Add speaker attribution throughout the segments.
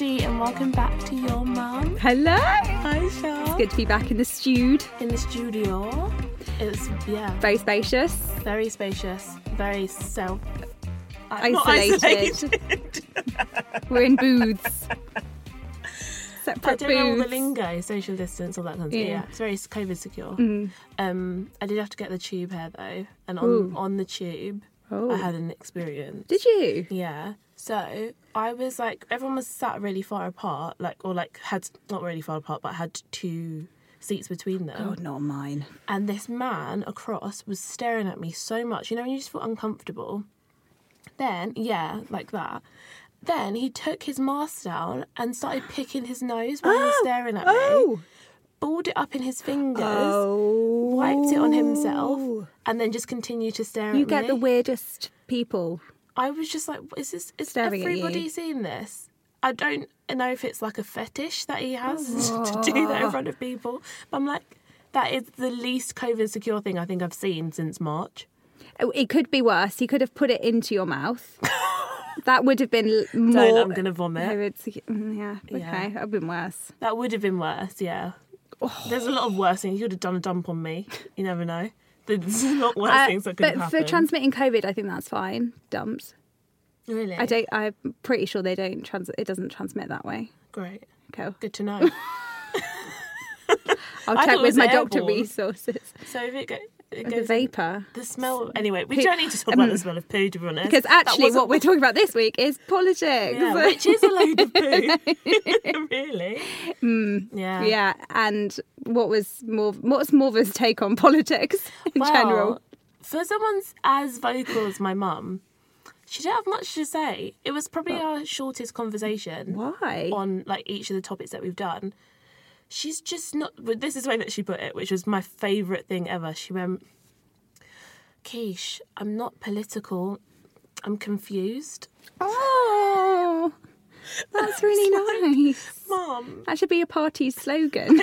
Speaker 1: Welcome back to your mum.
Speaker 2: Hello.
Speaker 1: Hi, Shah.
Speaker 2: Good to be back in the stewed.
Speaker 1: In the studio. It's, yeah,
Speaker 2: Very spacious.
Speaker 1: very spacious, very self. not
Speaker 2: Isolated. We're in booths.
Speaker 1: I
Speaker 2: Separate
Speaker 1: don't know all the
Speaker 2: booths.
Speaker 1: lingo, social distance, all that kind of stuff.
Speaker 2: Yeah.
Speaker 1: Yeah, it's very COVID secure. Um, I did have to get the tube here though, and on,
Speaker 2: Ooh.
Speaker 1: on the tube, I
Speaker 2: Oh.
Speaker 1: had an experience.
Speaker 2: Did you?
Speaker 1: Yeah. So I was like, everyone was sat really far apart, like, or like had not really far apart, but had two seats between them.
Speaker 2: Oh, not mine.
Speaker 1: And this man across was staring at me so much. You know, when you just feel uncomfortable. Then, yeah, like that. Then he took his mask down and started picking his nose while he was staring at me,
Speaker 2: Oh.
Speaker 1: balled it up in his fingers,
Speaker 2: Oh.
Speaker 1: wiped it on himself, and then just continued to stare
Speaker 2: You
Speaker 1: at
Speaker 2: get
Speaker 1: me.
Speaker 2: the weirdest people.
Speaker 1: I was just like, "What is this? Is
Speaker 2: Staring at you.
Speaker 1: everybody seeing this? I don't know if it's like a fetish that he has to do
Speaker 2: Oh.
Speaker 1: that in front of people. But I'm like, that is the least COVID secure thing I think I've seen since March.
Speaker 2: Oh, It could be worse. You could have put it into your mouth. that would have been l- more.
Speaker 1: Don't, I'm gonna vomit.
Speaker 2: COVID secu- mm, Yeah. Okay.
Speaker 1: Yeah.
Speaker 2: I've been worse.
Speaker 1: That would have been worse, yeah.
Speaker 2: Oh.
Speaker 1: There's a lot of worse things. You would have done a dump on me. You never know. There's a lot worse
Speaker 2: Uh,
Speaker 1: things that could
Speaker 2: but
Speaker 1: have
Speaker 2: for
Speaker 1: happened.
Speaker 2: transmitting COVID, I think that's fine. Dumps.
Speaker 1: really?
Speaker 2: I don't. I'm pretty sure they don't. Trans- it doesn't transmit that way.
Speaker 1: Great.
Speaker 2: Okay.
Speaker 1: Good to know.
Speaker 2: I'll
Speaker 1: I thought
Speaker 2: check
Speaker 1: it
Speaker 2: with
Speaker 1: was
Speaker 2: my doctor
Speaker 1: airborne.
Speaker 2: resources.
Speaker 1: so if it, go, it
Speaker 2: The
Speaker 1: goes...
Speaker 2: vapor.
Speaker 1: the smell... Anyway, we
Speaker 2: Poo. um,
Speaker 1: don't need to talk about the smell of poo, to be honest.
Speaker 2: Because
Speaker 1: That
Speaker 2: actually,
Speaker 1: wasn't
Speaker 2: what we're talking about this week is politics.
Speaker 1: Yeah, which is a load of poo. really? Yeah.
Speaker 2: Hmm. Yeah, and what was more? What's Morva's take on politics in
Speaker 1: Well,
Speaker 2: general?
Speaker 1: For someone as vocal as my mum, she didn't have much to say. It was probably our shortest conversation
Speaker 2: Why?
Speaker 1: on like each of the topics that we've done. She's just not. But this is the way that she put it, which was my favourite thing ever. She went, "Keish, I'm not political. I'm confused,
Speaker 2: Oh, that's really nice.
Speaker 1: Mum.
Speaker 2: That should be a party's slogan.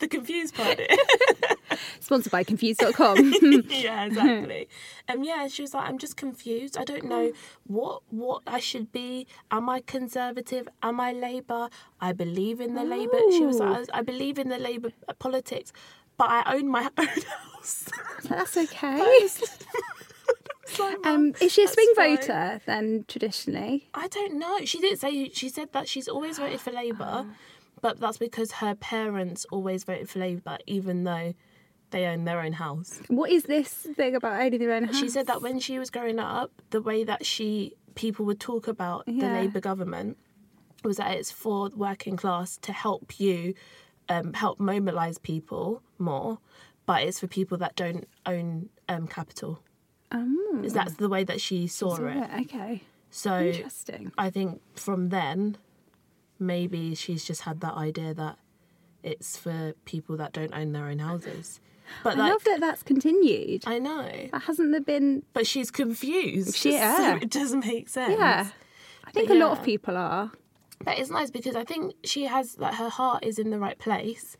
Speaker 1: The confused part is."
Speaker 2: Sponsored by Confused.com.
Speaker 1: yeah, exactly. Um, yeah, she was like, I'm just confused. I don't know what what I should be. Am I conservative? Am I Labour? I believe in the Labour. She was like, I was- I believe in the Labour uh, politics, but I own my own house.
Speaker 2: that's okay.
Speaker 1: It's like,
Speaker 2: Um, is she a
Speaker 1: that's
Speaker 2: swing
Speaker 1: fine.
Speaker 2: voter then, traditionally?
Speaker 1: I don't know. She didn't say. She said that she's always voted for Labour, but that's because her parents always voted for Labour, even though they own their own house.
Speaker 2: What is this thing about owning their own house?
Speaker 1: She said that when she was growing up, the way that she people would talk about the
Speaker 2: Yeah.
Speaker 1: Labour government was that it's for the working class to help you um, help mobilise people more, but it's for people that don't own um, capital.
Speaker 2: Oh,
Speaker 1: 'Cause That's the way that she saw it.
Speaker 2: right, okay.
Speaker 1: So
Speaker 2: Interesting.
Speaker 1: I think from then, maybe she's just had that idea that it's for people that don't own their own houses. But
Speaker 2: I
Speaker 1: like,
Speaker 2: love that that's continued.
Speaker 1: I know.
Speaker 2: That hasn't there been?
Speaker 1: But she's confused.
Speaker 2: She-
Speaker 1: so
Speaker 2: yeah.
Speaker 1: it doesn't make sense.
Speaker 2: Yeah, I think a lot of
Speaker 1: yeah.
Speaker 2: people are.
Speaker 1: That is nice because I think she has like her heart is in the right place,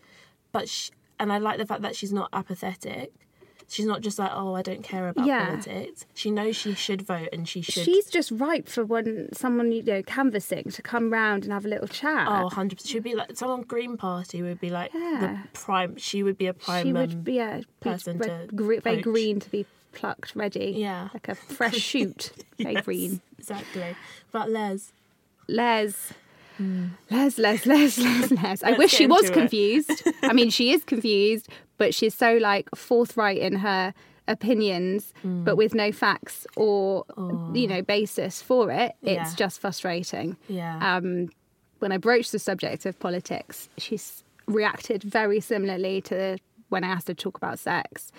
Speaker 1: but sh and I like the fact that she's not apathetic. She's not just like, oh, I don't care about
Speaker 2: Yeah.
Speaker 1: politics. She knows she should vote and she should.
Speaker 2: She's just ripe for when someone you know canvassing to come round and have a little chat.
Speaker 1: Oh, 100 percent. She'd be like someone Green Party would be like
Speaker 2: Yeah.
Speaker 1: the prime. She would be a prime.
Speaker 2: she
Speaker 1: um,
Speaker 2: would be yeah, be
Speaker 1: person
Speaker 2: red-
Speaker 1: to
Speaker 2: gre- very
Speaker 1: poach.
Speaker 2: green to be plucked, ready.
Speaker 1: Yeah.
Speaker 2: like a fresh shoot, very
Speaker 1: yes,
Speaker 2: green.
Speaker 1: Exactly. But Les,
Speaker 2: Les. Les, Les, Les, Les, Les. I
Speaker 1: Hmm. Let's
Speaker 2: wish
Speaker 1: get
Speaker 2: she was
Speaker 1: into it.
Speaker 2: confused. I mean, she is confused, but she's so like forthright in her opinions,
Speaker 1: Hmm.
Speaker 2: but with no facts or you know basis for it. It's
Speaker 1: Yeah.
Speaker 2: just frustrating.
Speaker 1: yeah,
Speaker 2: Um, when I broached the subject of politics, she's reacted very similarly to when I asked her to talk about sex.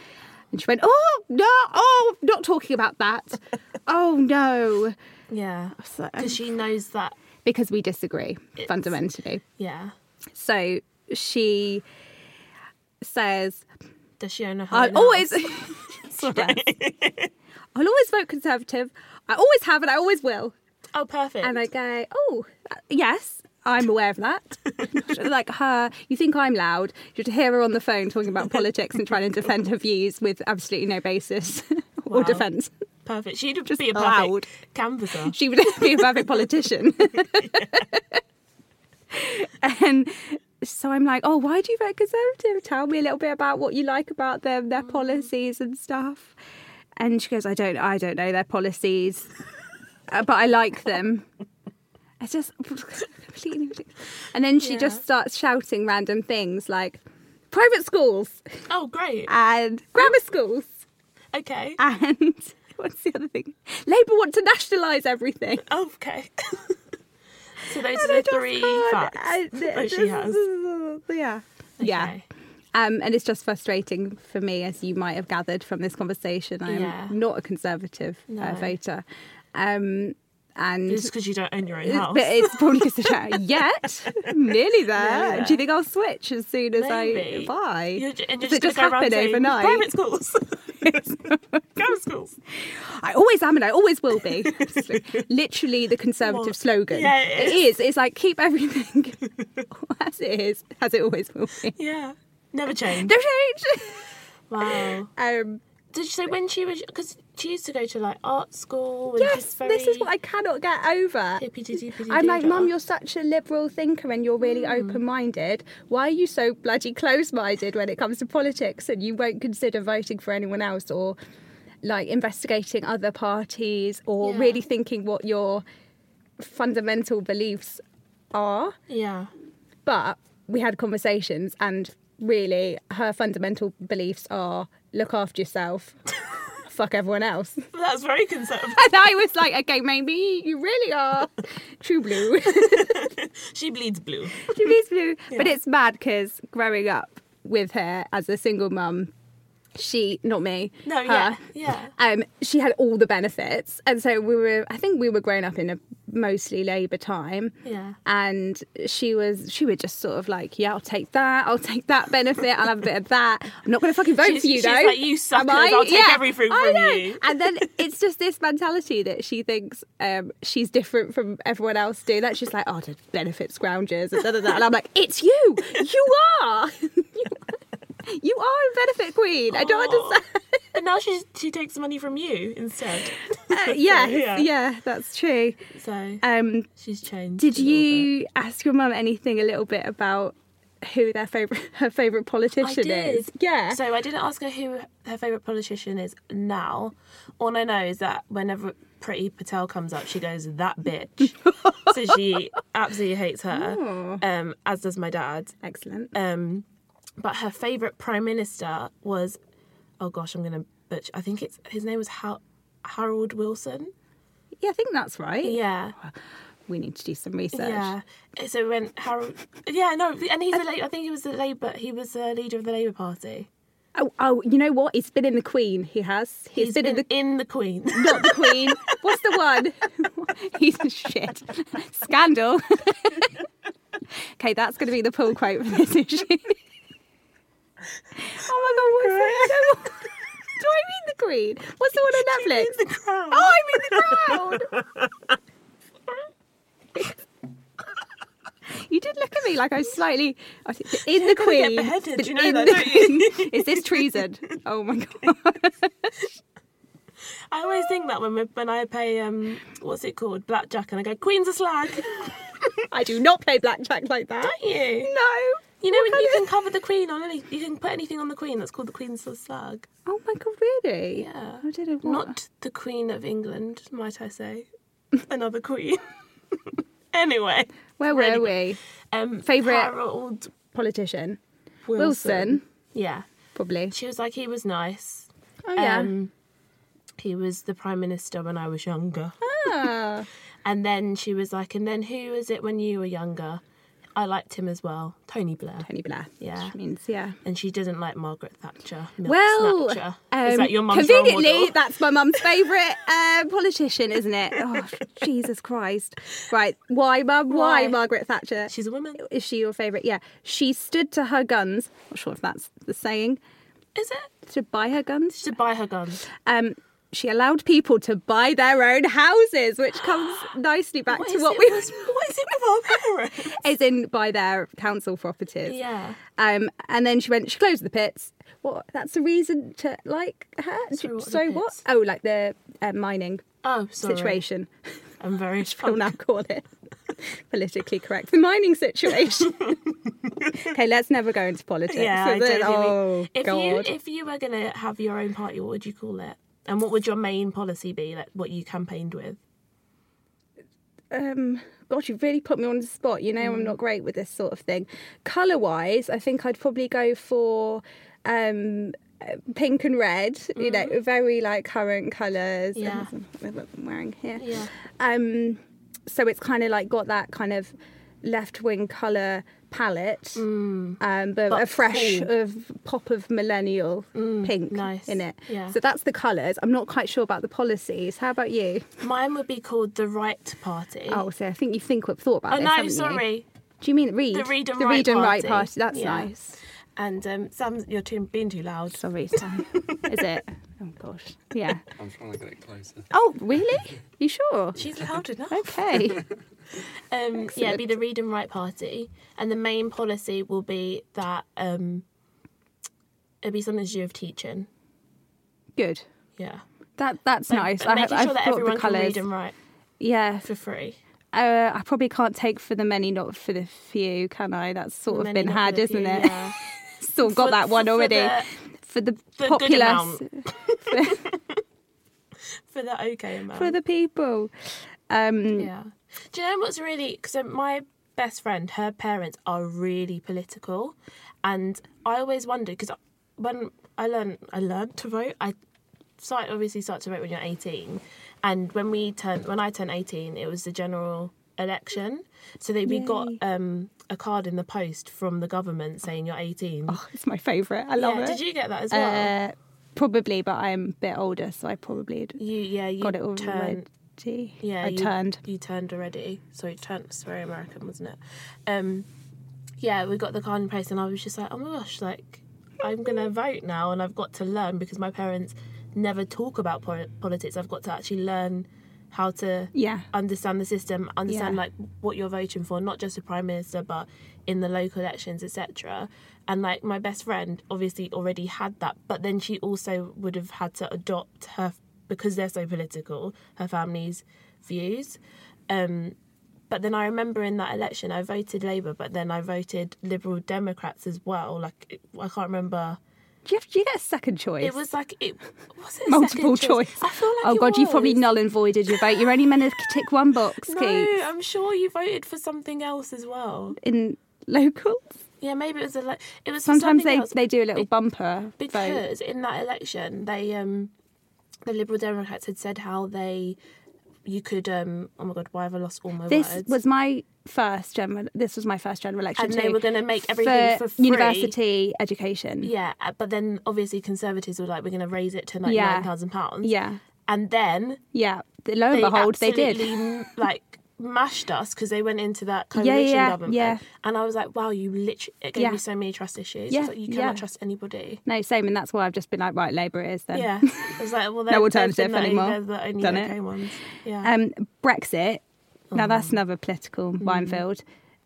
Speaker 2: And she went, "Oh no, oh, not talking about that. oh no."
Speaker 1: yeah,
Speaker 2: So-
Speaker 1: because she knows that.
Speaker 2: because we disagree fundamentally.
Speaker 1: Yeah,
Speaker 2: So she says,
Speaker 1: does she own a
Speaker 2: "I
Speaker 1: home?
Speaker 2: always, Yes. I'll always vote conservative. I always have, and I always will."
Speaker 1: Oh, perfect.
Speaker 2: And I go, "Oh, yes." I'm aware of that. like her, you think I'm loud. You would hear her on the phone talking about politics and trying to defend her views with absolutely no basis or
Speaker 1: Wow.
Speaker 2: defence.
Speaker 1: Perfect. She'd be a perfect
Speaker 2: loud.
Speaker 1: canvasser.
Speaker 2: She would be a perfect politician. And so I'm like, oh, why do you vote Conservative? Tell me a little bit about what you like about them, their policies and stuff. And she goes, I don't, I don't know their policies, uh, but I like them. I just completely, and then she
Speaker 1: Yeah.
Speaker 2: just starts shouting random things like private schools
Speaker 1: Oh, great.
Speaker 2: and grammar schools
Speaker 1: Okay.
Speaker 2: Ah. and what's the other thing? Labour want to nationalise everything.
Speaker 1: Oh, okay. so those
Speaker 2: And
Speaker 1: are
Speaker 2: I
Speaker 1: the
Speaker 2: just
Speaker 1: three
Speaker 2: can't-
Speaker 1: facts
Speaker 2: I-
Speaker 1: that she
Speaker 2: this-
Speaker 1: has.
Speaker 2: Yeah. Yeah.
Speaker 1: Okay.
Speaker 2: Um, and it's just frustrating for me, as you might have gathered from this conversation. I'm
Speaker 1: Yeah.
Speaker 2: not a conservative
Speaker 1: No.
Speaker 2: uh, voter. Um, and
Speaker 1: It's because you don't own your own
Speaker 2: it's-
Speaker 1: house.
Speaker 2: but it's probably because yet
Speaker 1: Nearly
Speaker 2: nearly there. Do you
Speaker 1: there.
Speaker 2: think I'll switch as soon as
Speaker 1: Maybe.
Speaker 2: I buy?
Speaker 1: You're, ju- and you're
Speaker 2: Does it
Speaker 1: just,
Speaker 2: just
Speaker 1: gonna go around
Speaker 2: happen
Speaker 1: saying,
Speaker 2: overnight?
Speaker 1: Private schools. Grammar schools.
Speaker 2: I always am and I always will be. Literally the conservative
Speaker 1: Well,
Speaker 2: slogan.
Speaker 1: yeah, it
Speaker 2: It is. It's like keep everything as it is, as it always will be.
Speaker 1: Yeah. Never change.
Speaker 2: No change.
Speaker 1: Wow.
Speaker 2: Um,
Speaker 1: Did you say when she was? Because she used to go to like art school. And
Speaker 2: yes,
Speaker 1: just very
Speaker 2: this is what I cannot get over.
Speaker 1: hippy-dippy-doo-doo-dah.
Speaker 2: I'm like, Mum, you're such a liberal thinker and you're really
Speaker 1: Hmm.
Speaker 2: open minded. Why are you so bloody close minded when it comes to politics and you won't consider voting for anyone else or like investigating other parties or
Speaker 1: Yeah.
Speaker 2: really thinking what your fundamental beliefs are?
Speaker 1: Yeah.
Speaker 2: But we had conversations, and really, her fundamental beliefs are look after yourself, fuck everyone else.
Speaker 1: That's very conservative.
Speaker 2: And I was like, okay, maybe you really are true blue.
Speaker 1: she bleeds blue.
Speaker 2: she is blue. But it's mad because growing up with her as a single mum, she, not me,
Speaker 1: No,
Speaker 2: her,
Speaker 1: yeah, yeah.
Speaker 2: Um, she had all the benefits, and so we were. I think we were growing up in a mostly Labour time.
Speaker 1: Yeah.
Speaker 2: and she was she would just sort of like, yeah, I'll take that, I'll take that benefit, I'll have a bit of that. I'm not going to fucking vote
Speaker 1: She's-
Speaker 2: for you
Speaker 1: she's
Speaker 2: though.
Speaker 1: like, "You suckers,
Speaker 2: Am I?"
Speaker 1: I'll take every fruit
Speaker 2: I
Speaker 1: from
Speaker 2: know.
Speaker 1: you.
Speaker 2: And then it's just this mentality that she thinks um, she's different from everyone else doing that. She's like, oh, the benefit scroungers and da da da. And I'm like, it's you, you are. You- You are a benefit queen. I don't
Speaker 1: Aw.
Speaker 2: understand.
Speaker 1: But now she she takes money from you instead.
Speaker 2: Uh, yes, yeah,
Speaker 1: Yeah.
Speaker 2: that's true.
Speaker 1: So
Speaker 2: Um,
Speaker 1: she's changed.
Speaker 2: Did
Speaker 1: a little bit.
Speaker 2: you ask your mum anything a little bit about who their favorite her favorite politician
Speaker 1: I did.
Speaker 2: is? Yeah.
Speaker 1: So I didn't ask her who her favourite politician is now. All I know is that whenever Pretty Patel comes up, she goes, that bitch. so she absolutely hates her, um, as does my dad.
Speaker 2: Excellent.
Speaker 1: Um, but her favourite prime minister was, oh gosh, I'm going to butch. I think it's his name was Har- Harold Wilson.
Speaker 2: yeah, I think that's right.
Speaker 1: Yeah.
Speaker 2: We need to do some research.
Speaker 1: Yeah. So when Harold, yeah, no, and he's a la- I think he was the Labour. He was the leader of the Labour Party.
Speaker 2: Oh, oh, you know what? He's been in the Queen. He has.
Speaker 1: He's been,
Speaker 2: in the
Speaker 1: in the Queen.
Speaker 2: not the Queen. What's the one? He's a shit. Scandal. okay, that's going to be the pull quote for this issue. oh my god! What's that? No, Do I mean the Queen? What's the one on Netflix?
Speaker 1: the crown.
Speaker 2: Oh, I mean the crowd. you did look at me like I was slightly. I was like, in
Speaker 1: gonna
Speaker 2: the
Speaker 1: get
Speaker 2: queen.
Speaker 1: beheaded,
Speaker 2: but
Speaker 1: you know
Speaker 2: in
Speaker 1: that,
Speaker 2: the
Speaker 1: don't you?
Speaker 2: Queen. Is this treason? Oh my god!
Speaker 1: I always think that when we, when I pay um what's it called blackjack and I go Queen's a slag.
Speaker 2: I do not play blackjack like that.
Speaker 1: Don't you?
Speaker 2: No.
Speaker 1: You know when you can cover the Queen on any you can put anything on the Queen that's called the Queen's a slag.
Speaker 2: Oh my god! Really?
Speaker 1: Yeah.
Speaker 2: I didn't. want-
Speaker 1: Not the Queen of England, might I say? Another Queen. anyway,
Speaker 2: Where were we?
Speaker 1: um,
Speaker 2: Favourite-
Speaker 1: Harold
Speaker 2: Politician.
Speaker 1: Wilson.
Speaker 2: Wilson.
Speaker 1: Yeah,
Speaker 2: Probably.
Speaker 1: she was like he was nice.
Speaker 2: Oh yeah.
Speaker 1: Um, he was the prime minister when I was younger.
Speaker 2: ah.
Speaker 1: And then she was like, and then who was it when you were younger? I liked him as well, Tony Blair.
Speaker 2: Tony Blair.
Speaker 1: Yeah.
Speaker 2: Which means yeah.
Speaker 1: And she didn't like Margaret Thatcher. Milk
Speaker 2: Well,
Speaker 1: snatcher.
Speaker 2: um,
Speaker 1: is that your mum's role
Speaker 2: conveniently,
Speaker 1: model?
Speaker 2: that's my mum's favourite uh, politician, isn't it? Oh, Jesus Christ! Right, why, mum? Why,
Speaker 1: Why?
Speaker 2: Margaret Thatcher?
Speaker 1: She's a woman.
Speaker 2: Is she your favourite? Yeah, she stood to her guns. Not sure if that's the saying.
Speaker 1: Is it?
Speaker 2: To buy her guns.
Speaker 1: She should buy her guns.
Speaker 2: Um, she allowed people to buy their own houses, which comes nicely back
Speaker 1: What
Speaker 2: to
Speaker 1: is
Speaker 2: what
Speaker 1: it
Speaker 2: we
Speaker 1: with- what is it with our parents?
Speaker 2: is in by their council properties.
Speaker 1: Yeah.
Speaker 2: Um, and then she went. She closed the pits. What? That's a reason to like her.
Speaker 1: So what are the
Speaker 2: so what?
Speaker 1: pits?
Speaker 2: Oh, like the uh, mining
Speaker 1: Oh, sorry.
Speaker 2: situation.
Speaker 1: I'm very
Speaker 2: We'll
Speaker 1: sorry.
Speaker 2: now call it. politically correct. The mining situation. okay, let's never go into politics.
Speaker 1: Yeah, I
Speaker 2: is it?
Speaker 1: totally
Speaker 2: oh
Speaker 1: agree. if
Speaker 2: God.
Speaker 1: you if you were gonna have your own party, what would you call it? And what would your main policy be? Like what you campaigned with?
Speaker 2: um, God, you really put me on the spot. You know,
Speaker 1: Mm.
Speaker 2: I'm not great with this sort of thing. Color wise, I think I'd probably go for um, uh, pink and red. You know, very like current colors.
Speaker 1: Mm. Yeah.
Speaker 2: I'm wearing here.
Speaker 1: Yeah.
Speaker 2: Um, so it's kind of like got that kind of left wing color palette, um, but,
Speaker 1: Mm. But
Speaker 2: a fresh
Speaker 1: cool.
Speaker 2: of pop of millennial pink
Speaker 1: nice.
Speaker 2: in it.
Speaker 1: Yeah.
Speaker 2: So that's the colors. I'm not quite sure about the policies. How about you?
Speaker 1: Mine would be called the Right Party.
Speaker 2: Oh, so I think you think we've thought about
Speaker 1: Oh,
Speaker 2: this.
Speaker 1: no,
Speaker 2: haven't You?
Speaker 1: sorry.
Speaker 2: Do you mean read?
Speaker 1: The read and
Speaker 2: the
Speaker 1: write
Speaker 2: read and write
Speaker 1: party.
Speaker 2: party. That's
Speaker 1: Yeah.
Speaker 2: nice.
Speaker 1: And um, Sam, you're too, being too loud.
Speaker 2: Sorry, Sam. Is it? Oh gosh. Yeah.
Speaker 3: I'm trying to get it closer.
Speaker 2: Oh really? You sure?
Speaker 1: She's loud enough.
Speaker 2: Okay.
Speaker 1: Um, yeah, it'd be the Read and Write Party, and the main policy will be that um, it'll be something to do with teaching.
Speaker 2: Good.
Speaker 1: Yeah,
Speaker 2: That that's nice.
Speaker 1: And
Speaker 2: I,
Speaker 1: making
Speaker 2: I
Speaker 1: sure that
Speaker 2: thought
Speaker 1: everyone
Speaker 2: the
Speaker 1: can
Speaker 2: colours.
Speaker 1: read and write
Speaker 2: Yeah.
Speaker 1: for free.
Speaker 2: Uh, I probably can't take for the many, not for the few, can I? That's sort of
Speaker 1: Many
Speaker 2: been
Speaker 1: not
Speaker 2: had,
Speaker 1: for the
Speaker 2: isn't
Speaker 1: few,
Speaker 2: it?
Speaker 1: Yeah.
Speaker 2: Sort of got
Speaker 1: For-
Speaker 2: that one
Speaker 1: for- for
Speaker 2: already.
Speaker 1: the-
Speaker 2: For the,
Speaker 1: good
Speaker 2: populace,
Speaker 1: amount. for the okay amount.
Speaker 2: for the people. Um,
Speaker 1: yeah. Do you know what's really? Because my best friend, her parents are really political, and I always wondered because when I learned, I learned to vote. I start obviously start to vote when you're 18, and when we turned, when I turned 18, it was the general election. So they, we got um, a card in the post from the government saying you're 18.
Speaker 2: oh, it's my favourite. I love
Speaker 1: yeah,
Speaker 2: it.
Speaker 1: did you get that as well?
Speaker 2: Uh, probably, but I'm a bit older, so I probably had
Speaker 1: you yeah you
Speaker 2: got it already.
Speaker 1: turned Yeah,
Speaker 2: I
Speaker 1: you,
Speaker 2: turned.
Speaker 1: You turned already. So you turned. It's very American, wasn't it? Um, yeah, we got the card in place, and I was just like, oh my gosh, like I'm gonna vote now, and I've got to learn because my parents never talk about po- politics. I've got to actually learn how to
Speaker 2: Yeah.
Speaker 1: understand the system, understand
Speaker 2: Yeah.
Speaker 1: like what you're voting for, not just the prime minister, but in the local elections, etc. And like my best friend obviously already had that, but then she also would have had to adopt her because they're so political, her family's views. Um, but then I remember in that election I voted Labour, but then I voted Liberal Democrats as well. Like it- I can't remember.
Speaker 2: Do you, have- do you get a second choice?
Speaker 1: It was like it was it a
Speaker 2: multiple
Speaker 1: second choice.
Speaker 2: choice.
Speaker 1: I feel like
Speaker 2: oh
Speaker 1: it
Speaker 2: god, you probably
Speaker 1: was.
Speaker 2: null and voided your vote. You're only meant to tick one box,
Speaker 1: No,
Speaker 2: Keith.
Speaker 1: I'm sure you voted for something else as well.
Speaker 2: In locals,
Speaker 1: Yeah, maybe it was a like it was for
Speaker 2: sometimes
Speaker 1: something
Speaker 2: they,
Speaker 1: else
Speaker 2: they do a little bumper vote.
Speaker 1: because in that election they um the Liberal Democrats had said how they you could um oh my god why have I lost all my
Speaker 2: This
Speaker 1: words
Speaker 2: was my first general. This was my first general election
Speaker 1: and they
Speaker 2: too,
Speaker 1: were going to make everything for, free
Speaker 2: university education.
Speaker 1: yeah uh, but then obviously Conservatives were like we're going to raise it to like
Speaker 2: Yeah.
Speaker 1: nine thousand pounds
Speaker 2: yeah,
Speaker 1: and then
Speaker 2: yeah. The- Lo and
Speaker 1: they
Speaker 2: behold, they
Speaker 1: absolutely
Speaker 2: did.
Speaker 1: m- like mashed us because they went into that
Speaker 2: Yeah, yeah,
Speaker 1: coalition
Speaker 2: yeah,
Speaker 1: government
Speaker 2: yeah.
Speaker 1: and I was like wow you literally it gave
Speaker 2: Yeah.
Speaker 1: me so many trust issues
Speaker 2: Yeah,
Speaker 1: It's like, you cannot
Speaker 2: yeah.
Speaker 1: trust anybody
Speaker 2: No, same, and that's why I've just been like, right, Labour it is then.
Speaker 1: Yeah, it's like well, they're, they've
Speaker 2: alternative
Speaker 1: been the-
Speaker 2: anymore.
Speaker 1: They're the only
Speaker 2: Done it.
Speaker 1: okay ones. Yeah.
Speaker 2: Um, Brexit. Now
Speaker 1: Oh.
Speaker 2: that's another political
Speaker 1: Hmm.
Speaker 2: minefield.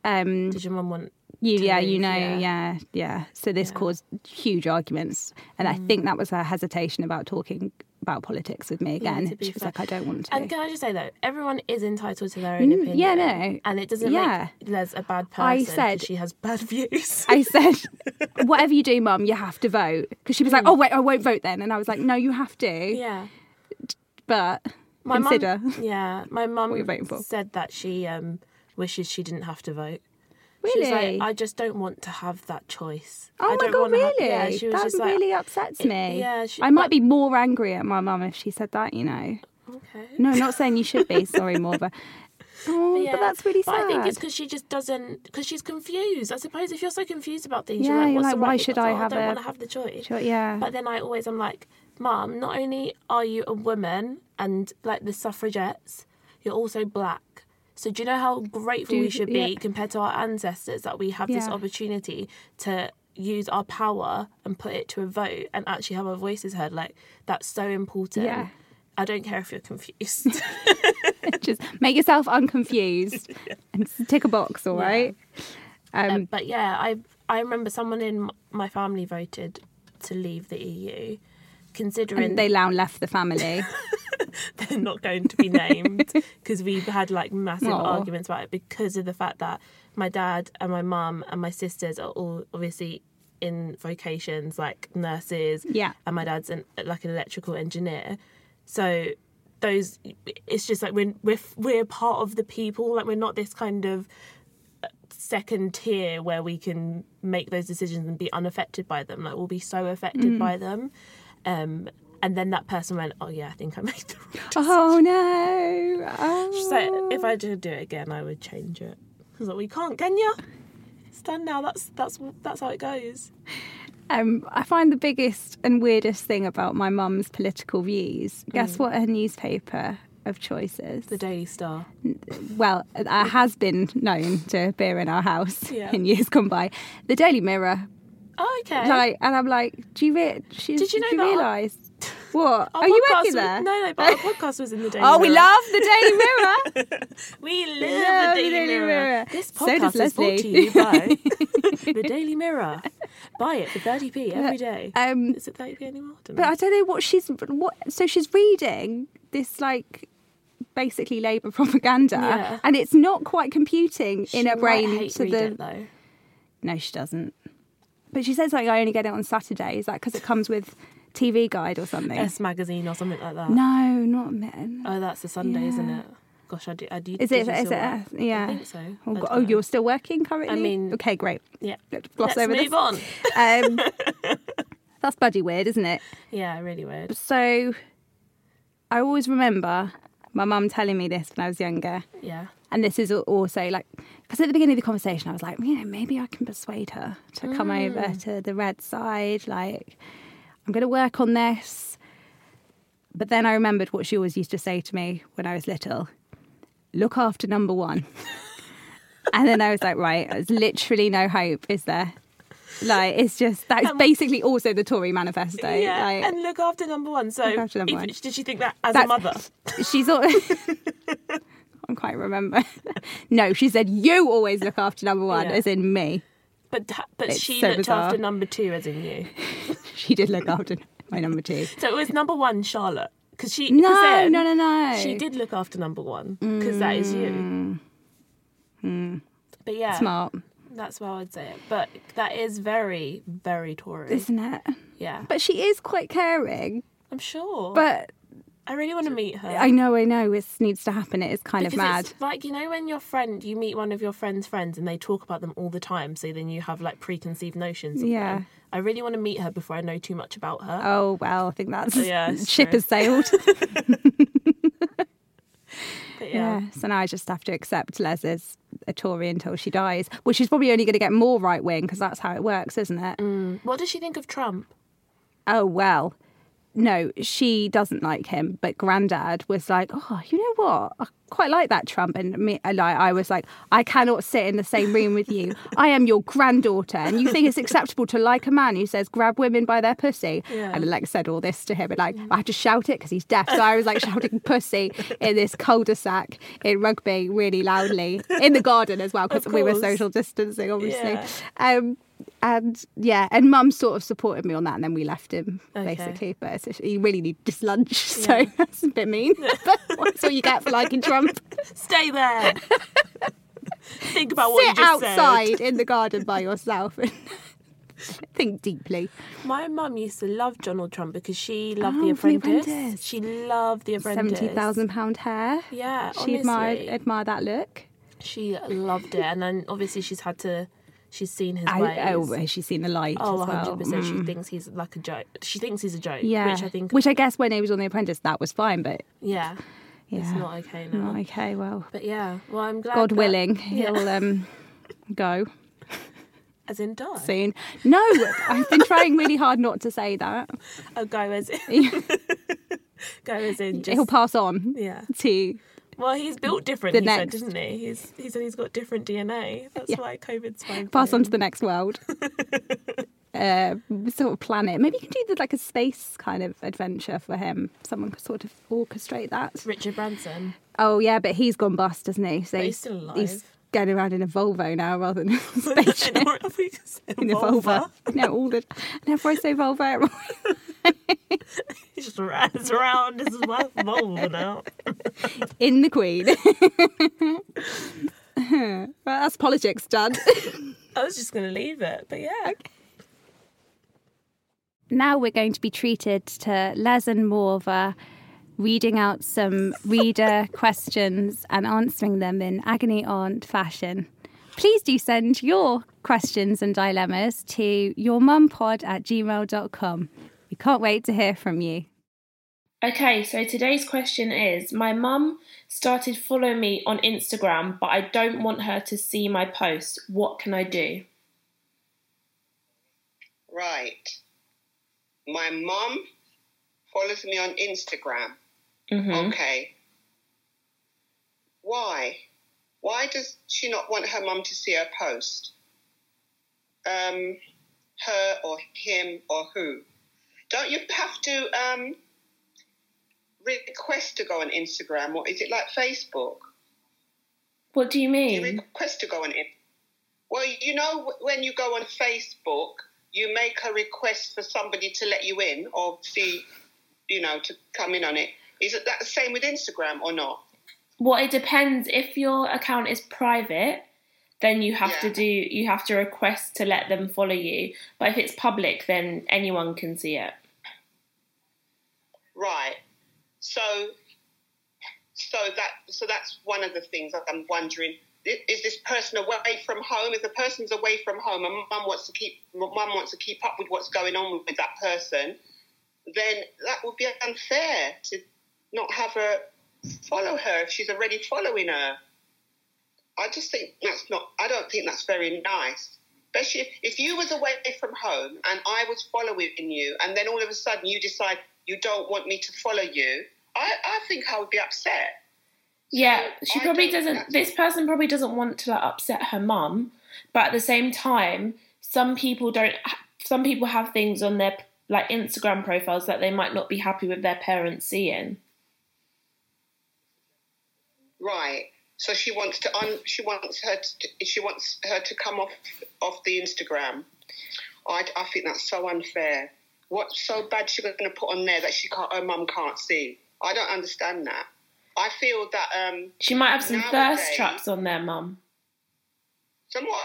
Speaker 2: Um,
Speaker 1: Did your mum want?
Speaker 2: You,
Speaker 1: to
Speaker 2: yeah, you
Speaker 1: move,
Speaker 2: know,
Speaker 1: yeah.
Speaker 2: yeah, yeah. So this caused huge arguments, and I
Speaker 1: Hmm.
Speaker 2: think that was her hesitation about talking about politics with me again.
Speaker 1: to be
Speaker 2: she was
Speaker 1: fair.
Speaker 2: like, "I don't want to."
Speaker 1: And can I just say though, everyone is entitled to their own opinion.
Speaker 2: Mm, yeah, no.
Speaker 1: and it doesn't
Speaker 2: Yeah.
Speaker 1: make Les a bad person.
Speaker 2: I
Speaker 1: 'cause
Speaker 2: said-
Speaker 1: she has bad views.
Speaker 2: I said, "Whatever you do, Mum, you have to vote." Because she was like, "Oh wait, I won't vote then," and I was like, "No, you have to."
Speaker 1: Hmm. yeah,
Speaker 2: But
Speaker 1: mum-
Speaker 2: consider.
Speaker 1: yeah, my mum
Speaker 2: you're voting for.
Speaker 1: said that she um, wishes she didn't have to vote. She was
Speaker 2: Really?
Speaker 1: like, I just don't want to have that choice.
Speaker 2: Oh
Speaker 1: I
Speaker 2: my
Speaker 1: don't
Speaker 2: god,
Speaker 1: wanna
Speaker 2: really?
Speaker 1: have-" yeah, she was
Speaker 2: that
Speaker 1: just like,
Speaker 2: really upsets me.
Speaker 1: yeah, she-
Speaker 2: I might be more angry at my mum if she said that. You know,
Speaker 1: okay.
Speaker 2: no, I'm not saying you should be. Sorry, Morva. Oh,
Speaker 1: Yeah,
Speaker 2: but that's really sad.
Speaker 1: But I think it's because she just doesn't, because she's confused. I suppose if you're so confused about things,
Speaker 2: Yeah,
Speaker 1: you're like,
Speaker 2: you're
Speaker 1: What's
Speaker 2: like,
Speaker 1: the
Speaker 2: why
Speaker 1: right
Speaker 2: should
Speaker 1: answer?
Speaker 2: I
Speaker 1: Oh,
Speaker 2: have
Speaker 1: I don't
Speaker 2: a
Speaker 1: want to have the choice.
Speaker 2: Sure, yeah.
Speaker 1: But then I always am like, Mum, not only are you a woman and like the suffragettes, you're also black. So do you know how grateful
Speaker 2: Do-
Speaker 1: we should be
Speaker 2: yeah.
Speaker 1: compared to our ancestors that we have this
Speaker 2: Yeah.
Speaker 1: opportunity to use our power and put it to a vote and actually have our voices heard? Like that's so important.
Speaker 2: Yeah.
Speaker 1: I don't care if you're confused.
Speaker 2: just make yourself unconfused and s- tick a box all
Speaker 1: Yeah.
Speaker 2: right um,
Speaker 1: Um, but yeah, I I remember someone in m- my family voted to leave the EU, E considering
Speaker 2: and they now left the family
Speaker 1: they're not going to be named because we had like massive
Speaker 2: Aw.
Speaker 1: arguments about it because of the fact that my dad and my mum and my sisters are all obviously in vocations like nurses
Speaker 2: Yeah.
Speaker 1: and my dad's an, like an electrical engineer so those it's just like we're, we're we're part of the people like we're not this kind of uh, second tier where we can make those decisions and be unaffected by them. Like we'll be so affected
Speaker 2: Mm.
Speaker 1: by them. Um, and then that person went, "Oh yeah, I think I made the wrong." decision."
Speaker 2: Oh no! Oh.
Speaker 1: She's like, if I did do it again, I would change it. I was like, "We can't, can you? It's done now. That's that's that's how it goes."
Speaker 2: Um, I find the biggest and weirdest thing about my mum's political views. Guess what her newspaper of choice is?
Speaker 1: Mm. The Daily Star.
Speaker 2: Well, it has been known to appear in our house
Speaker 1: Yeah.
Speaker 2: in years gone by. The Daily Mirror.
Speaker 1: Oh, okay.
Speaker 2: Like, and I'm like, do you, re- she,
Speaker 1: Did you know that our-
Speaker 2: realise? What?
Speaker 1: Our
Speaker 2: Are you
Speaker 1: podcast
Speaker 2: working
Speaker 1: was-
Speaker 2: there?
Speaker 1: No, no, but our podcast was in the Daily
Speaker 2: Oh, we
Speaker 1: Mirror.
Speaker 2: love the Daily Mirror.
Speaker 1: We love
Speaker 2: love
Speaker 1: the Daily, Mirror. This
Speaker 2: So does
Speaker 1: podcast is brought to
Speaker 2: Leslie.
Speaker 1: you by the Daily Mirror. Buy it for 30p every day.
Speaker 2: um,
Speaker 1: is it 30p anymore? I don't
Speaker 2: but
Speaker 1: know.
Speaker 2: I don't know what she's what. So she's reading this like basically Labour propaganda,
Speaker 1: Yeah.
Speaker 2: and it's not quite computing in her
Speaker 1: She
Speaker 2: brain
Speaker 1: might hate
Speaker 2: to
Speaker 1: read
Speaker 2: the.
Speaker 1: it, though.
Speaker 2: No, she doesn't. But she says like I only get it on Saturdays, like because it comes with TV guide or something.
Speaker 1: S magazine or something like that.
Speaker 2: No, not men.
Speaker 1: Oh, that's the Sunday, isn't
Speaker 2: Yeah.
Speaker 1: it? Gosh, I do. I do
Speaker 2: Is
Speaker 1: did
Speaker 2: it?
Speaker 1: you
Speaker 2: Is it?
Speaker 1: still work?
Speaker 2: us? Yeah.
Speaker 1: I think so.
Speaker 2: Oh,
Speaker 1: I
Speaker 2: go-
Speaker 1: don't
Speaker 2: oh,
Speaker 1: know.
Speaker 2: you're still working currently.
Speaker 1: mean-
Speaker 2: okay, great.
Speaker 1: Yeah.
Speaker 2: Let's gloss
Speaker 1: Let's
Speaker 2: over
Speaker 1: move
Speaker 2: this.
Speaker 1: on.
Speaker 2: Um, that's bloody weird, isn't it?
Speaker 1: Yeah, really weird.
Speaker 2: So, I always remember my mum telling me this when I was younger,
Speaker 1: Yeah.
Speaker 2: and this is al- also like because at the beginning of the conversation, I was like, you know, maybe I can persuade her to come over to the red side. Like, I'm going to work on this. But then I remembered what she always used to say to me when I was little look after number one. and then I was like, right, there's literally no hope, is there? Like, it's just that's basically also the Tory manifesto.
Speaker 1: yeah.
Speaker 2: like,
Speaker 1: and look after number one. So,
Speaker 2: Look after number
Speaker 1: even-
Speaker 2: one.
Speaker 1: did she think that as a
Speaker 2: That's-
Speaker 1: mother?
Speaker 2: she's all. I can't remember. no, she said you always look after number one,
Speaker 1: Yeah.
Speaker 2: as in me.
Speaker 1: But t- but
Speaker 2: It's
Speaker 1: she
Speaker 2: so
Speaker 1: looked
Speaker 2: bizarre.
Speaker 1: after number two, as in you.
Speaker 2: She did look after my number two.
Speaker 1: So it was number one, Charlotte. Because she. 'cause
Speaker 2: No,
Speaker 1: then
Speaker 2: no, no, no. Mm.
Speaker 1: She did look after number one. Because that is you. But yeah,
Speaker 2: Hmm. smart,
Speaker 1: that's what I would say. it. But that is very, very Tory.
Speaker 2: isn't it?
Speaker 1: yeah,
Speaker 2: But she is quite caring.
Speaker 1: I'm sure.
Speaker 2: But
Speaker 1: I really want to meet her.
Speaker 2: I know, I know, this needs to happen. It is kind of
Speaker 1: Because
Speaker 2: mad.
Speaker 1: it's like you know when your friend you meet one of your friend's friends and they talk about them all the time, so then you have like preconceived notions. Of
Speaker 2: Yeah.
Speaker 1: them. I really want to meet her before I know too much about her.
Speaker 2: Oh well, I think that's
Speaker 1: Yeah, it's
Speaker 2: ship
Speaker 1: true.
Speaker 2: has sailed.
Speaker 1: But yeah,
Speaker 2: Oh, yeah. So now I just have to accept Les is a Tory until she dies, which is probably only going to get more right wing because that's how it works, isn't it?
Speaker 1: what does she think of Trump?
Speaker 2: oh well no she doesn't like him but grandad was like oh you know what i quite like that trump and me and like i was like i cannot sit in the same room with you i am your granddaughter and you think it's acceptable to like a man who says grab women by their pussy
Speaker 1: Yeah.
Speaker 2: and like said all this to him and like i have to shout it because he's deaf so i was like shouting pussy in this cul-de-sac in rugby really loudly in the garden as well because
Speaker 1: Of
Speaker 2: we were
Speaker 1: course.
Speaker 2: social distancing obviously
Speaker 1: Yeah.
Speaker 2: um, and yeah, and mum sort of supported me on that, and then we left him
Speaker 1: Okay.
Speaker 2: basically. But it's, you really need this lunch, so that's a bit mean. but that's all you get for liking Trump.
Speaker 1: Stay there. think about what you
Speaker 2: Sit
Speaker 1: just said.
Speaker 2: outside in the garden by yourself and think deeply.
Speaker 1: My mum used to love Donald Trump because she loved
Speaker 2: Oh,
Speaker 1: The
Speaker 2: from The
Speaker 1: Apprentice.
Speaker 2: Apprentice.
Speaker 1: She loved The Apprentice.
Speaker 2: Seventy thousand pound hair.
Speaker 1: Yeah,
Speaker 2: She admired
Speaker 1: honestly.
Speaker 2: admired that look.
Speaker 1: She loved it, and then obviously she's had to. She's seen his ways.
Speaker 2: I, oh, she's seen the light.
Speaker 1: Oh,
Speaker 2: as
Speaker 1: 100
Speaker 2: well. Mm.
Speaker 1: percent. She thinks he's like a joke. She thinks he's a joke.
Speaker 2: Yeah,
Speaker 1: which I think.
Speaker 2: which I guess when he was on The Apprentice, that was fine, but
Speaker 1: yeah,
Speaker 2: yeah,
Speaker 1: it's not okay now.
Speaker 2: Not okay. Well,
Speaker 1: Mm. But yeah, well, I'm glad.
Speaker 2: God
Speaker 1: that-
Speaker 2: willing, he'll um, go.
Speaker 1: As in die.
Speaker 2: soon. No, I've been trying really hard not to say that.
Speaker 1: Oh, go as in. go as in. Just,
Speaker 2: He'll pass on
Speaker 1: yeah.
Speaker 2: to.
Speaker 1: Well, he's built different.
Speaker 2: The
Speaker 1: he
Speaker 2: next.
Speaker 1: said, didn't he? He's he said he's got different DNA. That's why COVID's fine. for
Speaker 2: Pass on
Speaker 1: him.
Speaker 2: to the next world, uh, sort of planet. Maybe you can do the, like a space kind of adventure for him. Someone could sort of orchestrate that.
Speaker 1: Richard Branson.
Speaker 2: Oh yeah, but he's gone bust, hasn't he? So
Speaker 1: But he's still alive.
Speaker 2: he's going around in a Volvo now rather than a spaceship.
Speaker 1: In a
Speaker 2: in a Volvo. No, all the. Whenever I say Volvo,
Speaker 1: He just runs around his wife vulva now.
Speaker 2: in the Queen. well, that's politics done.
Speaker 1: I was just going to leave it, but yeah.
Speaker 2: now we're going to be treated to Les and Morva reading out some reader questions and answering them in agony aunt fashion. Please do send your questions and dilemmas to yourmumpod at gmail.com. We can't wait to hear from you.
Speaker 3: Okay, so today's question is My mum started following me on Instagram, but I don't want her to see my posts. What can I do?
Speaker 4: Right. My mom follows me on Instagram.
Speaker 3: Mm-hmm.
Speaker 4: Okay. Why? Why does she not want her mum to see her post? Um, her or him or who? Don't you have to um, request to go on Instagram or is it like Facebook?
Speaker 3: What do you
Speaker 4: You
Speaker 3: mean?
Speaker 4: request to go on it. Well, you know wh- when you go on Facebook, you make a request for somebody to let you in or see, you know, to come in on it. Is it that the same with Instagram or not?
Speaker 3: Well, it depends. If your account is private, then you have to
Speaker 4: Yeah.
Speaker 3: do you have to request to let them follow you. But if it's public, then anyone can see it.
Speaker 4: Right. So, so that so that's one of the things that I'm wondering. I- Is this person away from home? If the person's away from home, and mum wants to keep mum wants to keep up with what's going on with that person, then that would be unfair to not have her follow her if she's already following her. I just think that's not. I don't think that's very nice. Especially if, if you was away from home and I was following you, and then all of a sudden you decide you don't want me to follow you. I, I think I would be upset.
Speaker 3: Yeah, she
Speaker 4: I
Speaker 3: probably
Speaker 4: don't
Speaker 3: doesn't.
Speaker 4: think-
Speaker 3: This person probably doesn't want to like, upset her mum, but at the same time, some people don't. Some people have things on their like Instagram profiles that they might not be happy with their parents seeing.
Speaker 4: Right. So she wants to un, she wants her to, she wants her to come off off the Instagram. I, I think that's so unfair. What's so bad she going to put on there that she can't her mum can't see? I don't understand that. I feel that um
Speaker 3: She might have some thirst
Speaker 4: Nowadays-
Speaker 3: traps on their mum.
Speaker 4: somewhat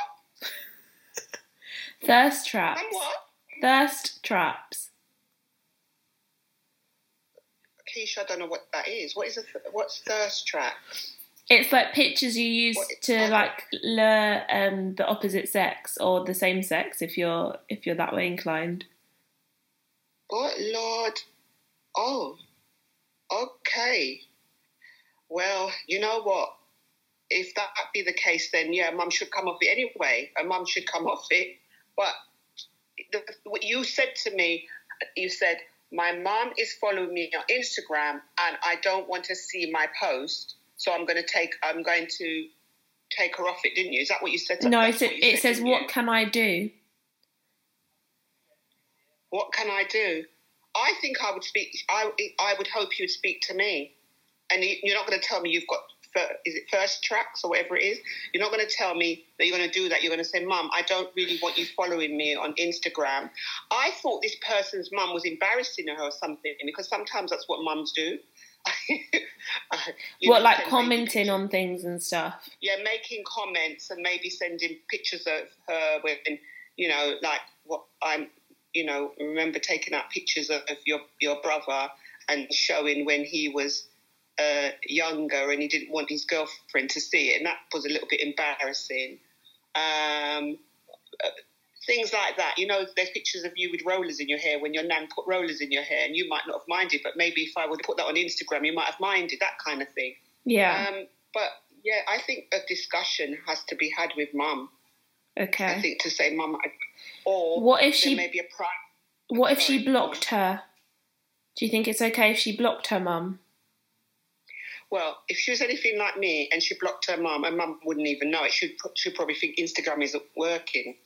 Speaker 3: Thirst traps.
Speaker 4: somewhat
Speaker 3: Thirst traps.
Speaker 4: Keisha, I don't know what that is. What is a th- what's thirst trap?
Speaker 3: It's like pictures you use
Speaker 4: What-
Speaker 3: to like lure um, the opposite sex or the same sex if you're if you're that way inclined.
Speaker 4: Oh Lord. Oh. Okay. Well, you know what? If that be the case, then yeah, mum should come off it anyway, and mum should come off it. But the, what you said to me, you said my mum is following me on Instagram, and I don't want to see my post, so I'm going to take, I'm going to take her off it, didn't you? Is that what you said?
Speaker 3: No,
Speaker 4: That's
Speaker 3: it's,
Speaker 4: what you
Speaker 3: it
Speaker 4: said,
Speaker 3: says
Speaker 4: didn't
Speaker 3: what
Speaker 4: you?
Speaker 3: can I do?
Speaker 4: what can I do? I think I would speak. I I would hope you would speak to me, and you- you're not going to tell me you've got fir- is it first tracks or whatever it is. You're not going to tell me that you're going to do that. You're going to say, "Mum, I don't really want you following me on Instagram." I thought this person's mum was embarrassing her or something because sometimes that's what mums do. You
Speaker 3: what
Speaker 4: know,
Speaker 3: like
Speaker 4: send
Speaker 3: commenting
Speaker 4: baby-
Speaker 3: on things and stuff.
Speaker 4: yeah, making comments and maybe sending pictures of her with, and, you know, like what I'm, you know, remember taking out pictures of, of your your brother and showing when he was uh, younger and he didn't want his girlfriend to see it, and that was a little bit embarrassing. Um, uh, things like that, you know, there's pictures of you with rollers in your hair when your nan put rollers in your hair, and you might not have minded, but maybe if I would have put that on Instagram, you might have minded that kind of thing.
Speaker 3: Yeah.
Speaker 4: Um, but yeah, I think a discussion has to be had with mum. I
Speaker 3: okay.
Speaker 4: think to say mum, I, or
Speaker 3: What if she-
Speaker 4: there may be a pri-
Speaker 3: What if she
Speaker 4: sorry.
Speaker 3: blocked her? Do you think it's okay if she blocked her mum?
Speaker 4: Well, if she was anything like me and she blocked her mum, and mum wouldn't even know it, she'd pro- she'd probably think Instagram isn't working.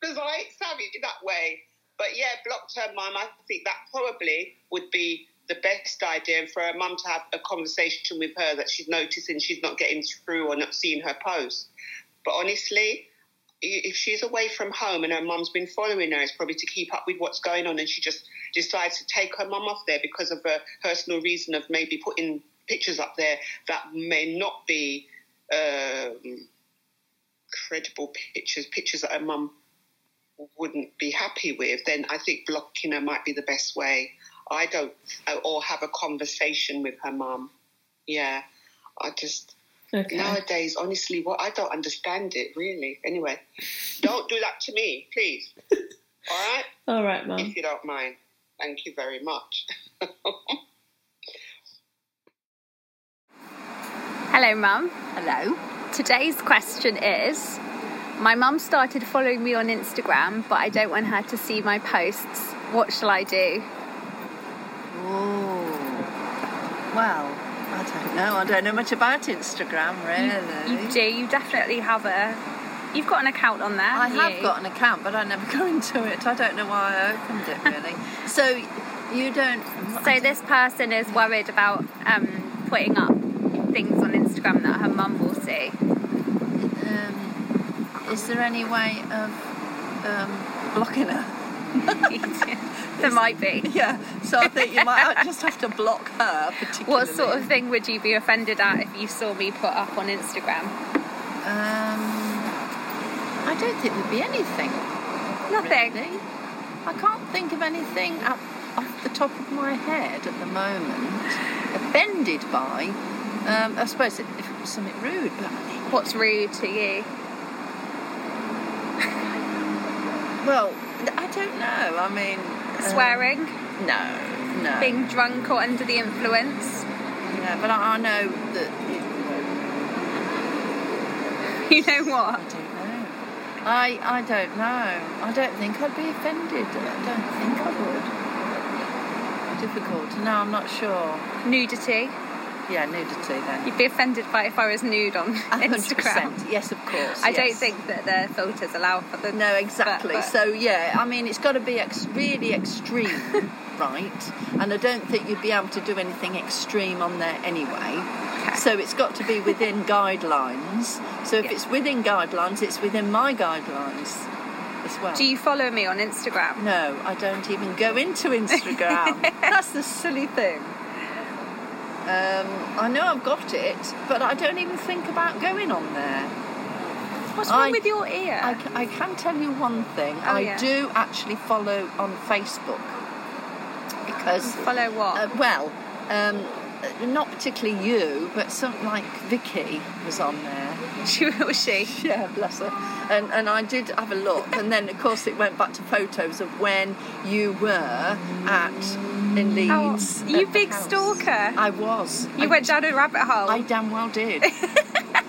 Speaker 4: Because I savvy that way. But yeah, blocked her mum. I think that probably would be the best idea and for her mum to have a conversation with her that she's noticing she's not getting through or not seeing her post. But honestly, if she's away from home and her mum's been following her, it's probably to keep up with what's going on, and she just decides to take her mum off there because of a personal reason of maybe putting pictures up there that may not be um, credible pictures, pictures that her mum wouldn't be happy with. Then I think blocking her might be the best way. I don't, or have a conversation with her mum. Yeah, I just.
Speaker 3: Okay.
Speaker 4: Nowadays, honestly, what I don't understand it really. Anyway, don't do that to me, please. All right,
Speaker 3: All right, mum.
Speaker 4: if you don't mind. Thank you very much.
Speaker 2: Hello, Mum.
Speaker 5: Hello.
Speaker 2: Today's question is My mum started following me on Instagram, but I don't want her to see my posts. What shall I do?
Speaker 5: Oh. Well, I don't know. I don't know much about Instagram, really.
Speaker 2: You do, you definitely have a. You've got an account on there.
Speaker 5: I
Speaker 2: haven't
Speaker 5: have
Speaker 2: you?
Speaker 5: got an account, but I never go into it. I don't know why I opened it, really. so you don't.
Speaker 2: So this person is worried about um, putting up things on Instagram that her mum will see.
Speaker 5: Um, is there any way of um, blocking her?
Speaker 2: there might be.
Speaker 5: Yeah. So I think you might just have to block her.
Speaker 2: What
Speaker 5: Particularly.
Speaker 2: sort of thing would you be offended at if you saw me put up on Instagram?
Speaker 5: Um, I don't think there'd be anything.
Speaker 2: Nothing.
Speaker 5: really. I can't think of anything up, off the top of my head at the moment. Offended by, um, I suppose if it was something rude, but
Speaker 2: What's rude to you?
Speaker 5: well, I don't know. I mean, um,
Speaker 2: Swearing,
Speaker 5: no, no.
Speaker 2: being drunk or under the influence.
Speaker 5: Yeah, but I, I know that.
Speaker 2: You know what?
Speaker 5: I don't know. I I don't know. I don't think I'd be offended. I don't think I would. Difficult. No, I'm not sure.
Speaker 2: Nudity.
Speaker 5: Yeah, nudity then.
Speaker 2: You'd be offended by if I was nude on Instagram.
Speaker 5: 100%. Yes, of course.
Speaker 2: I don't
Speaker 5: yes.
Speaker 2: think that their filters allow for the
Speaker 5: No, exactly.
Speaker 2: but-
Speaker 5: So yeah, I mean, it's got to be ex- really extreme, right? And I don't think you'd be able to do anything extreme on there anyway. So it's got to be within guidelines. So if
Speaker 2: Yeah.
Speaker 5: it's within guidelines, it's within my guidelines as well.
Speaker 2: Do you follow me on Instagram?
Speaker 5: No, I don't even go into Instagram. That's the silly thing. Um, I know I've got it, but I don't even think about going on there.
Speaker 2: What's wrong
Speaker 5: I-
Speaker 2: with your ear?
Speaker 5: I, ca- I can tell you one thing.
Speaker 2: Oh,
Speaker 5: I
Speaker 2: yeah.
Speaker 5: do actually follow on Facebook because,
Speaker 2: follow what?
Speaker 5: uh, well, um, not particularly you, but something like Vicky was on there.
Speaker 2: she or she?
Speaker 5: Yeah, bless her. And and I did have a look, and then of course it went back to photos of when you were at in
Speaker 2: Oh,
Speaker 5: Leeds. at
Speaker 2: you
Speaker 5: the
Speaker 2: big
Speaker 5: house.
Speaker 2: stalker.
Speaker 5: I was.
Speaker 2: You
Speaker 5: I,
Speaker 2: went down a rabbit hole.
Speaker 5: I damn well did.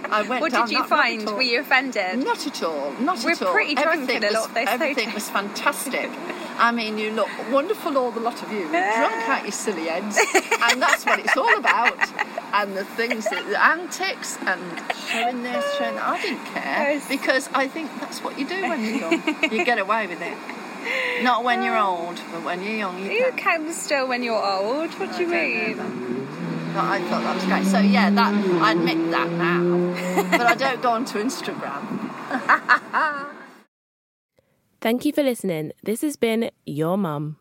Speaker 5: I went.
Speaker 2: what
Speaker 5: down
Speaker 2: did you
Speaker 5: that rabbit
Speaker 2: find?
Speaker 5: hole.
Speaker 2: Were you offended?
Speaker 5: Not at all. Not
Speaker 2: We're
Speaker 5: at all.
Speaker 2: pretty drunk
Speaker 5: everything
Speaker 2: in a
Speaker 5: was,
Speaker 2: lot of those
Speaker 5: Everything
Speaker 2: photos.
Speaker 5: was fantastic. I mean, you look wonderful, all the lot of you. You're drunk out your silly heads, and that's what it's all about. And the things, that, the antics, and showing this, showing that. I didn't care
Speaker 2: Yes.
Speaker 5: because I think that's what you do when you're young. You get away with it. Not when you're old, but when you're young, you,
Speaker 2: You can still when you're old. What do you
Speaker 5: don't
Speaker 2: mean?
Speaker 5: know that. But I thought that was great. So yeah, that I admit that now, but I don't go onto Instagram.
Speaker 1: Thank you for listening. This has been Your Mum.